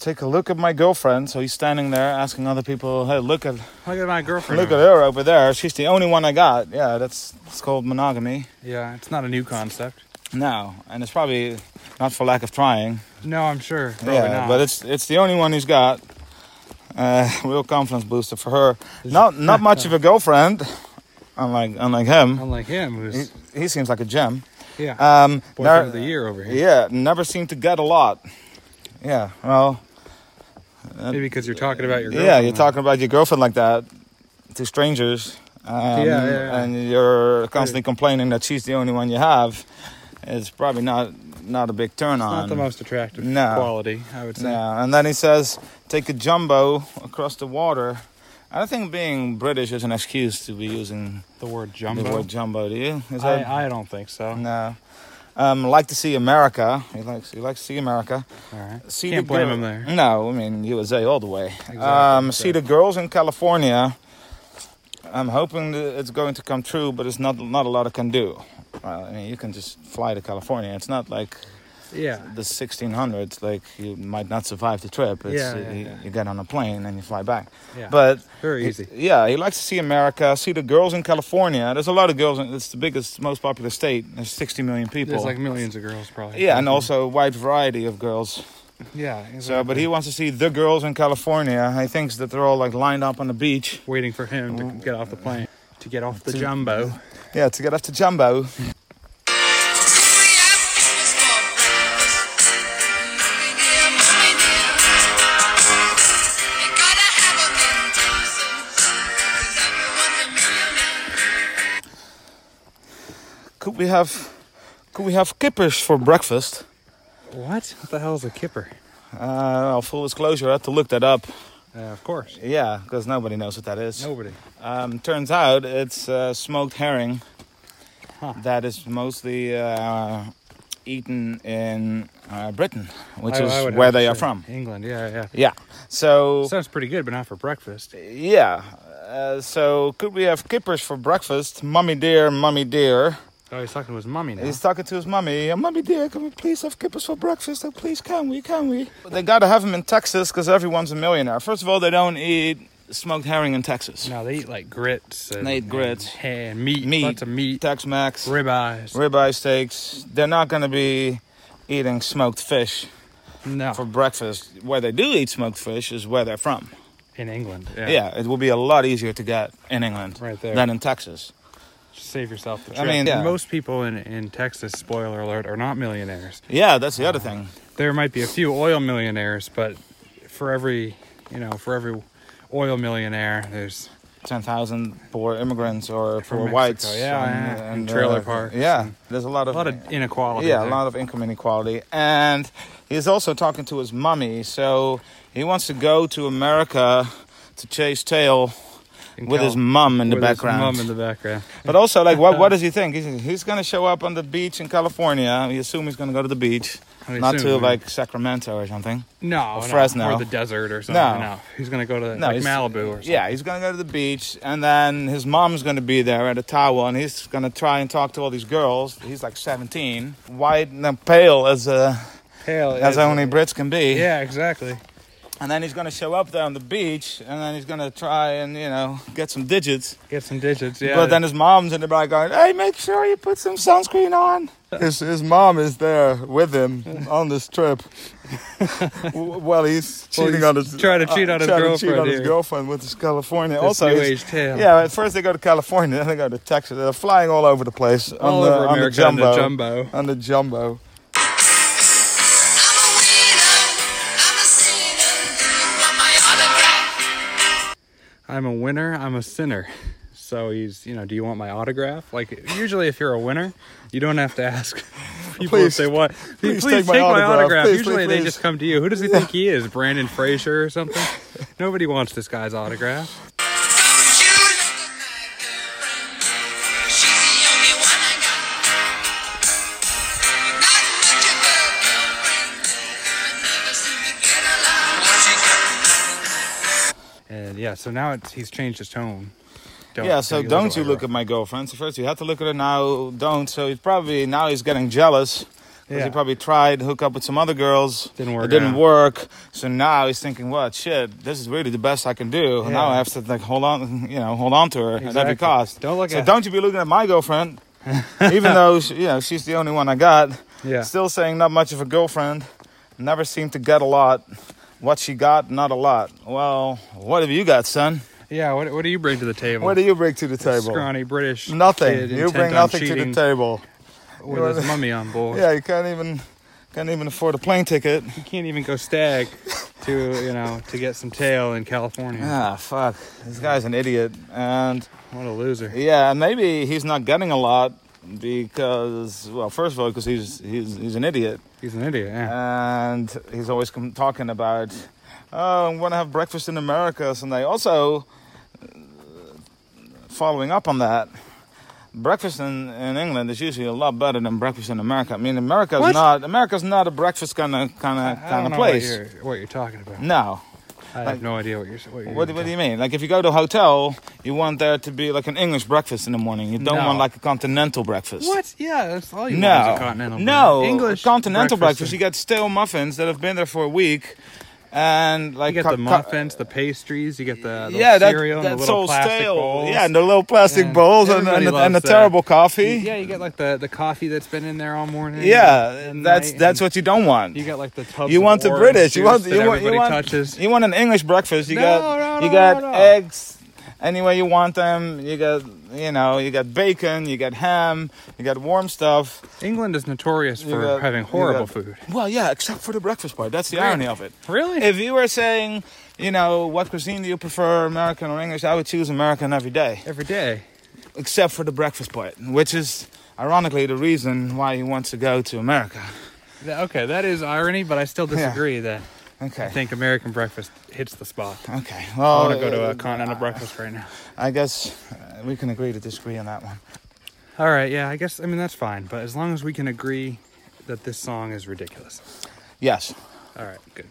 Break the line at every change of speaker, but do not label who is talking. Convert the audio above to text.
take a look at my girlfriend. So he's standing there asking other people, "Hey, look at
Look at my girlfriend.
look at her over there. She's the only one I got." Yeah, that's it's called monogamy.
Yeah, it's not a new concept.
No, and it's probably not for lack of trying.
No, I'm sure. Probably
yeah,
not.
but it's it's the only one he's got. Uh, real confidence booster for her. Not not much of a girlfriend, unlike unlike him.
unlike him, who's
He, he seems like a gem.
yeah
Um,
boyfriend
ner-
of the year over here.
Yeah, never seemed to get a lot. Yeah, well,
Maybe because you're talking about your girlfriend.
yeah, you're talking about your girlfriend like that to strangers. Um,
Yeah, yeah, yeah.
And you're constantly complaining that she's the only one you have. It's probably not not a big turn
It's
on.
not the most attractive
No.
quality, I would say.
Yeah, and then he says, take a jumbo across the water. I don't think being British is an excuse to be using
The word
the
jumbo.
word jumbo, do you? Is that,
I, I don't think so.
no. Um, like to see America. He likes he likes to see America.
All right.
See
Can't
the
blame
gir-
him there.
No, I mean USA all the way.
Exactly,
um, See the
exactly.
girls in California. I'm hoping that it's going to come true, but it's not not a lot I can do. Well, I mean, you can just fly to California. It's not like
Yeah.
the 1600s. Like you might not survive the trip. It's,
Yeah, yeah,
you,
yeah.
you get on a plane and you fly back.
Yeah.
But
Very
he-
easy.
yeah, he likes to see America. See the girls in California. There's a lot of girls. In, it's the biggest, most popular state. There's 60 million people.
There's like millions of girls probably.
yeah, and also a wide variety of girls.
Yeah.
So, but
exactly.
he wants to see the girls in California. He thinks that they're all like lined up on the beach.
waiting for him to
Mm.
get off the plane, to get off the jumbo.
Yeah, to get off to Jumbo. Could we have, could we have kippers for breakfast?
What? What the hell is a kipper?
Uh, well, full disclosure, I had to look that up.
Uh, of course.
Yeah, because nobody knows what that is.
Nobody.
Um, turns out it's uh, smoked herring
Huh.
that is mostly uh, eaten in uh, Britain, which
I-
is
I would
where
have to
they are
say
from.
England, yeah, yeah.
Yeah. So
Sounds pretty good, but not for breakfast.
Yeah. Uh, so could we have kippers for breakfast? Mummy dear, mummy dear.
Oh, he's talking to his mummy now.
He's talking to his mummy. "Uh, Mummy dear, can we please have kippers for breakfast? Oh, please, can we? Can we? They gotta have them in Texas because everyone's a millionaire. First of all, they don't eat smoked herring in Texas.
no, they eat like grits. And,
They eat grits.
And, ham, meat,
Meat.
Lots of meat.
Tex-Mex,
Ribeyes.
ribeye steaks. They're not gonna be eating smoked fish
no.
for breakfast. Where they do eat smoked fish is where they're from.
in England. Yeah.
Yeah, it will be a lot easier to get in England
Right there.
than in Texas.
Just save yourself the
I
trip.
mean, yeah.
most people in, in Texas, spoiler alert, are not millionaires.
Yeah, that's the other thing.
There might be a few oil millionaires, but for every, you know, for every oil millionaire, there's
ten thousand poor immigrants or poor
From Mexico,
whites,
yeah, yeah, and trailer parks
Yeah,
and-
there's a lot
a
of,
lot of inequality.
yeah,
there.
a lot of income inequality, and he's also talking to his mummy. So he wants to go to America to chase tail
In
with his
Cal-
mum in the
with his
background.
mum in the background.
but also, like, what what does he think? He's, he's going to show up on the beach in California. We assume he's going to go to the beach,
I mean,
not
soon,
to
right?
like Sacramento or something.
no, no,
Fresno.
or the desert or something.
No.
No, he's gonna go to
No,
like
he's-
Malibu or something.
Yeah, he's gonna go to the beach, and then his mom's gonna be there at a towel, and he's gonna try and talk to all these girls. He's like 17, white and pale as uh,
Hell,
as
it's-
only Brits can be.
Yeah, exactly.
And then he's gonna show up there on the beach, and then he's gonna try and you know get some digits.
Get some digits. Yeah,
but then his mom's in the back going, "Hey, make sure you put some sunscreen on." His his mom is there with him on this trip. well, he's
Well,
cheating
he's
on his uh,
trying to cheat on his
trying to cheat
girlfriend
on his
here.
girlfriend with his California.
This
also,
new
he's-
age tale.
yeah, at first they go to California, then they go to Texas. They're flying all over the place on
all
the
over
on
America
the jumbo,
and the jumbo.
on the jumbo.
I'm a winner. I'm a sinner. So he's, you know, do you want my autograph? Like usually, if you're a winner, you don't have to ask people
Please,
if they want.
please take my autograph. Please,
usually
please,
they
please.
just come to you. Who does he think he is? Brandon Fraser or something? Nobody wants this guy's autograph. And yeah, so now it's he's changed his tone. Don't,
yeah, so don't you look at my girlfriend. So first you had to look at her now. Don't. So he's probably now he's getting jealous Because
Yeah.
he probably tried to hook up with some other girls.
Didn't work
It didn't
out.
work. So now he's thinking, well, shit, this is really the best I can do. And now
Yeah.
I have to like hold on, you know, hold on to her at every
Exactly.
cost.
Don't look
so
at-
don't you be looking at my girlfriend, even though she, you know she's the only one I got.
Yeah.
Still saying not much of a girlfriend. Never seemed to get a lot. What she got, not a lot. Well, what have you got, son?
Yeah. What, what do you bring to the table?
What do you bring to the table?
Scrawny British.
Nothing.
kid
You
intent
bring
on
nothing to the
cheating
table.
With his mummy on board.
Yeah, you can't even can't even afford a plane ticket.
He can't even go stag to you know to get some tail in California.
Ah, fuck. This guy's an idiot. And
What a loser.
yeah, and maybe he's not getting a lot because, well, first of all, because he's, he's, he's an idiot.
He's an idiot. Yeah.
And he's always com- talking about, oh, I'm going to have breakfast in America someday. Also, uh, following up on that, breakfast in, in England is usually a lot better than breakfast in America. I mean, America's
What?
not America's not a breakfast kind of kind of
I
kind
don't
of
know what
Ah, place.
you're, what you're talking about.
No.
I
Like-
have no idea what you're. What, you're
What, do- what do you mean? Like, if you go to a hotel, you want there to be like an English breakfast in the morning. You don't
No.
want like a continental breakfast.
What? Yeah, that's all you want
No.
is a continental.
no.
breakfast. English
continental breakfast. You get stale muffins that have been there for a week, and like
You get
co-
the
co-
muffins, the pastries. You get the, the
yeah, that,
cereal, and the
that's
little
all
plastic
stale.
bowls.
Yeah, and the little plastic
And
bowls and,
everybody
and, the, and the
loves that.
terrible coffee.
yeah, you get like the, the coffee that's been in there all morning.
Yeah,
and
that's
night,
that's
and
what you don't want.
you get like the tubs.
You
of
want the
orange
British. You
juice
want
that
you want
everybody
you want
touches.
you want an English breakfast. You
No,
got
no,
you
no,
got
no.
eggs any way you want them. You got you know you got bacon. You got ham. You got warm stuff.
England is notorious
You
for
got-
having
you
horrible
got-
food.
Well, yeah, except for the breakfast part. That's the
Really?
irony of it.
Really?
If you were saying you know what cuisine do you prefer, American or English, I would choose American every day,
Every day.
except for the breakfast part, which is ironically the reason why you want to go to America.
Th- Okay, that is irony, but I still disagree that I
Okay.
think American breakfast hits the spot.
Okay.
I
Well,
want to go to
Oh, uh,
a continental breakfast right now.
I guess uh, we can agree to disagree on that one.
All right, yeah, I guess I mean that's fine, but as long as we can agree that this song is ridiculous.
Yes.
All right, good.